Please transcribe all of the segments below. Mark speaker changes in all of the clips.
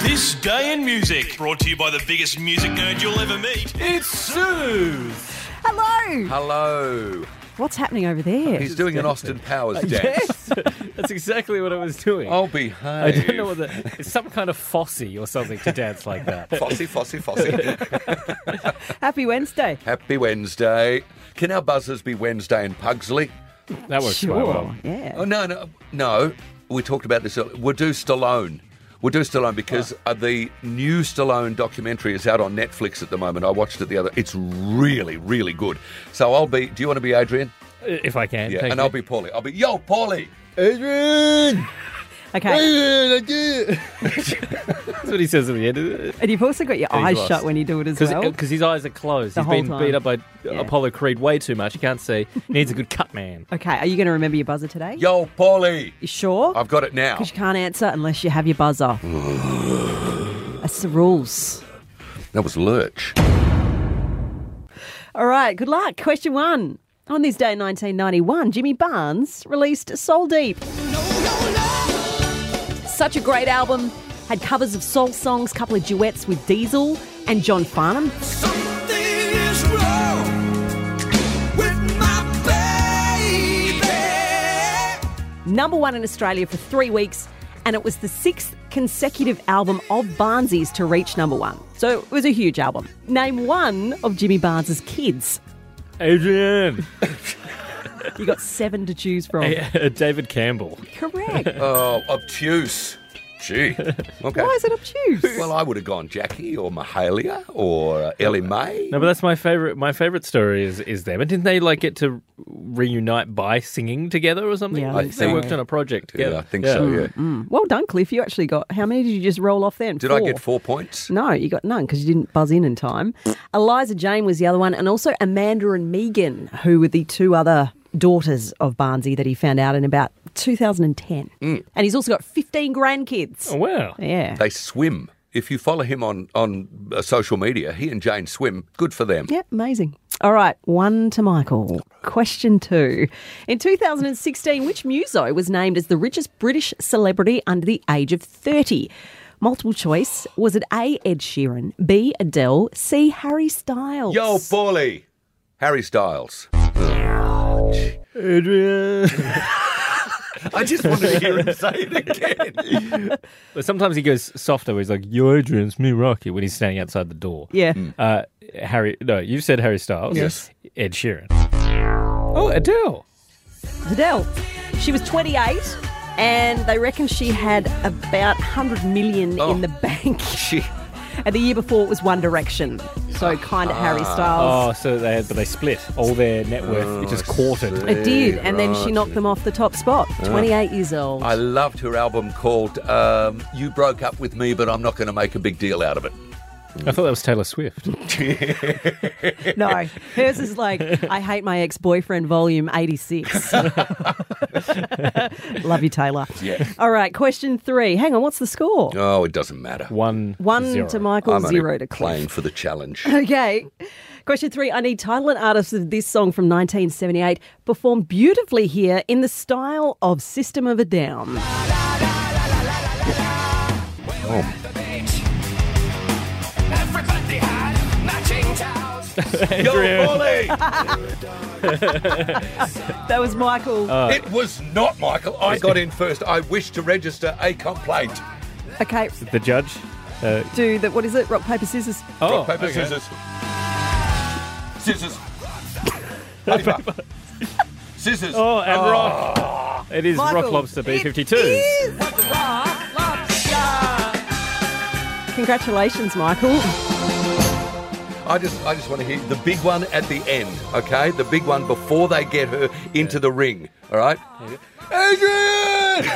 Speaker 1: This Day in Music, brought to you by the biggest music nerd you'll ever meet. It's Sooth.
Speaker 2: Hello.
Speaker 3: Hello.
Speaker 2: What's happening over there?
Speaker 3: Oh, He's doing an Austin Powers dance.
Speaker 4: Yes, that's exactly what I was doing.
Speaker 3: I'll behave.
Speaker 4: I don't know what the, it's some kind of fossy or something to dance like that.
Speaker 3: Fossy, Fossy, Fossy.
Speaker 2: Happy Wednesday.
Speaker 3: Happy Wednesday. Can our buzzers be Wednesday and Pugsley?
Speaker 4: That works quite well.
Speaker 2: Yeah.
Speaker 3: Oh, no, no, no. We talked about this earlier. We'll do Stallone. We'll do Stallone because
Speaker 4: Ah.
Speaker 3: uh, the new Stallone documentary is out on Netflix at the moment. I watched it the other. It's really, really good. So I'll be. Do you want to be Adrian?
Speaker 4: If I can,
Speaker 3: Yeah.
Speaker 4: thank
Speaker 3: and
Speaker 4: you.
Speaker 3: I'll be Paulie. I'll be yo Paulie.
Speaker 2: Okay.
Speaker 4: That's what he says at the end of it.
Speaker 2: And you've also got your
Speaker 4: he's
Speaker 2: eyes
Speaker 4: lost.
Speaker 2: shut when you do it as
Speaker 4: Because
Speaker 2: well.
Speaker 4: his eyes are closed.
Speaker 2: The
Speaker 4: He's
Speaker 2: whole
Speaker 4: been
Speaker 2: time.
Speaker 4: beat up by
Speaker 2: Yeah.
Speaker 4: Apollo Creed way too much. He can't see. He needs a good cut man.
Speaker 2: Okay. Are you going to remember your buzzer today?
Speaker 3: Yo Paulie.
Speaker 2: You sure?
Speaker 3: I've got it now.
Speaker 2: Because you can't answer unless you have your buzzer. That's the rules.
Speaker 3: That was Lurch.
Speaker 2: All right. Good luck. Question one. On this day in 1991, Jimmy Barnes released Soul Deep. Such a great album. Had covers of soul songs, couple of duets with Diesel and John Farnham.
Speaker 5: Something is wrong with my baby.
Speaker 2: number one in Australia for three weeks, and it was the sixth consecutive album of Barnsley's to reach number one. So it was a huge album. Name one of Jimmy Barnes's kids.
Speaker 4: Adrian,
Speaker 2: You got seven to choose from.
Speaker 4: David Campbell.
Speaker 2: Correct.
Speaker 3: Oh, obtuse. Gee. Okay.
Speaker 2: Why is it obtuse?
Speaker 3: Well, I would have gone Jackie or Mahalia or uh, Ellie Mae.
Speaker 4: No, but that's my favorite. My favorite story is is them. And didn't they like get to reunite by singing together or something?
Speaker 2: Yeah, I
Speaker 4: Like,
Speaker 2: think
Speaker 4: they
Speaker 3: so.
Speaker 4: worked on a project
Speaker 3: Yeah,
Speaker 4: together.
Speaker 3: I think so, yeah.
Speaker 2: Hmm. well done, Cliff. You actually got how many did you just roll off then?
Speaker 3: Did I get four points?
Speaker 2: No, you got none because you didn't buzz in in time. Eliza Jane was the other one, and also Amanda and Megan, who were the two other daughters of Barnsey that he found out in about 2010.
Speaker 3: Hmm.
Speaker 2: And he's also got 15 grandkids.
Speaker 4: Oh, wow.
Speaker 2: Yeah.
Speaker 3: They swim. If you follow him on, on uh, social media, he and Jane swim. Good for them.
Speaker 2: Yep, amazing. All right, one to Michael. Question two. In 2016, which muso was named as the richest British celebrity under the age of 30? Multiple choice. Was it A, Ed Sheeran, B, Adele, C, Harry Styles?
Speaker 3: Yo, Paulie. Harry Styles.
Speaker 4: Adrian.
Speaker 3: I just wanted to hear him say it again.
Speaker 4: But sometimes he goes softer. Where he's like, "Yo, Adrian, it's me, Rocky," when he's standing outside the door.
Speaker 2: Yeah.
Speaker 3: Hmm.
Speaker 4: Uh, Harry, no, you said Harry Styles.
Speaker 3: Yes.
Speaker 4: Ed Sheeran. Oh, Adele.
Speaker 2: Adele. She was 28 and they reckon she had about 100 million
Speaker 3: Oh.
Speaker 2: in the bank.
Speaker 3: She,
Speaker 2: And the year before it was One Direction. So kind of
Speaker 3: Ah.
Speaker 2: Harry Styles.
Speaker 4: Oh, so they but they split all their net worth.
Speaker 3: Oh,
Speaker 4: it just quartered.
Speaker 2: It did, and then she knocked them off the top spot. 28 years old.
Speaker 3: Ah. I loved her album called um, You Broke Up With Me, but I'm not going to make a big deal out of it.
Speaker 4: I thought that was Taylor Swift.
Speaker 2: No, hers is like, I hate my ex boyfriend, volume 86. Love you, Taylor.
Speaker 3: Yeah.
Speaker 2: All right, question three. Hang on, what's the score?
Speaker 3: Oh, it doesn't matter.
Speaker 4: One.
Speaker 2: One
Speaker 4: zero.
Speaker 2: to Michael,
Speaker 3: I'm only
Speaker 2: zero to
Speaker 3: playing
Speaker 2: Cliff.
Speaker 3: for the challenge.
Speaker 2: Okay. Question three. I need title and artist of this song from 1978, performed beautifully here in the style of System of a Down.
Speaker 5: Everybody had matching towels.
Speaker 3: Yo, Paulie.
Speaker 2: That was Michael.
Speaker 3: It was not Michael. I got in first. I wish to register a complaint.
Speaker 2: okay,
Speaker 4: The judge. Uh,
Speaker 2: do that. What is it? Rock, paper, scissors.
Speaker 4: oh,
Speaker 3: Rock, paper,
Speaker 4: okay.
Speaker 3: scissors. Scissors. Paper. Scissors. Ah.
Speaker 4: Oh, and rock. It is
Speaker 2: Michael,
Speaker 4: Rock Lobster
Speaker 2: it
Speaker 4: B52.
Speaker 2: is Congratulations, Michael.
Speaker 3: I just I just want to hear the big one at the end, okay? The big one before they get her into the ring, all right? Adrian!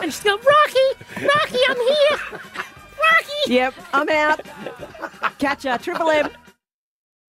Speaker 2: And she's going, Rocky, Rocky, I'm here. Rocky. Yep, I'm out. Catch ya. Triple M.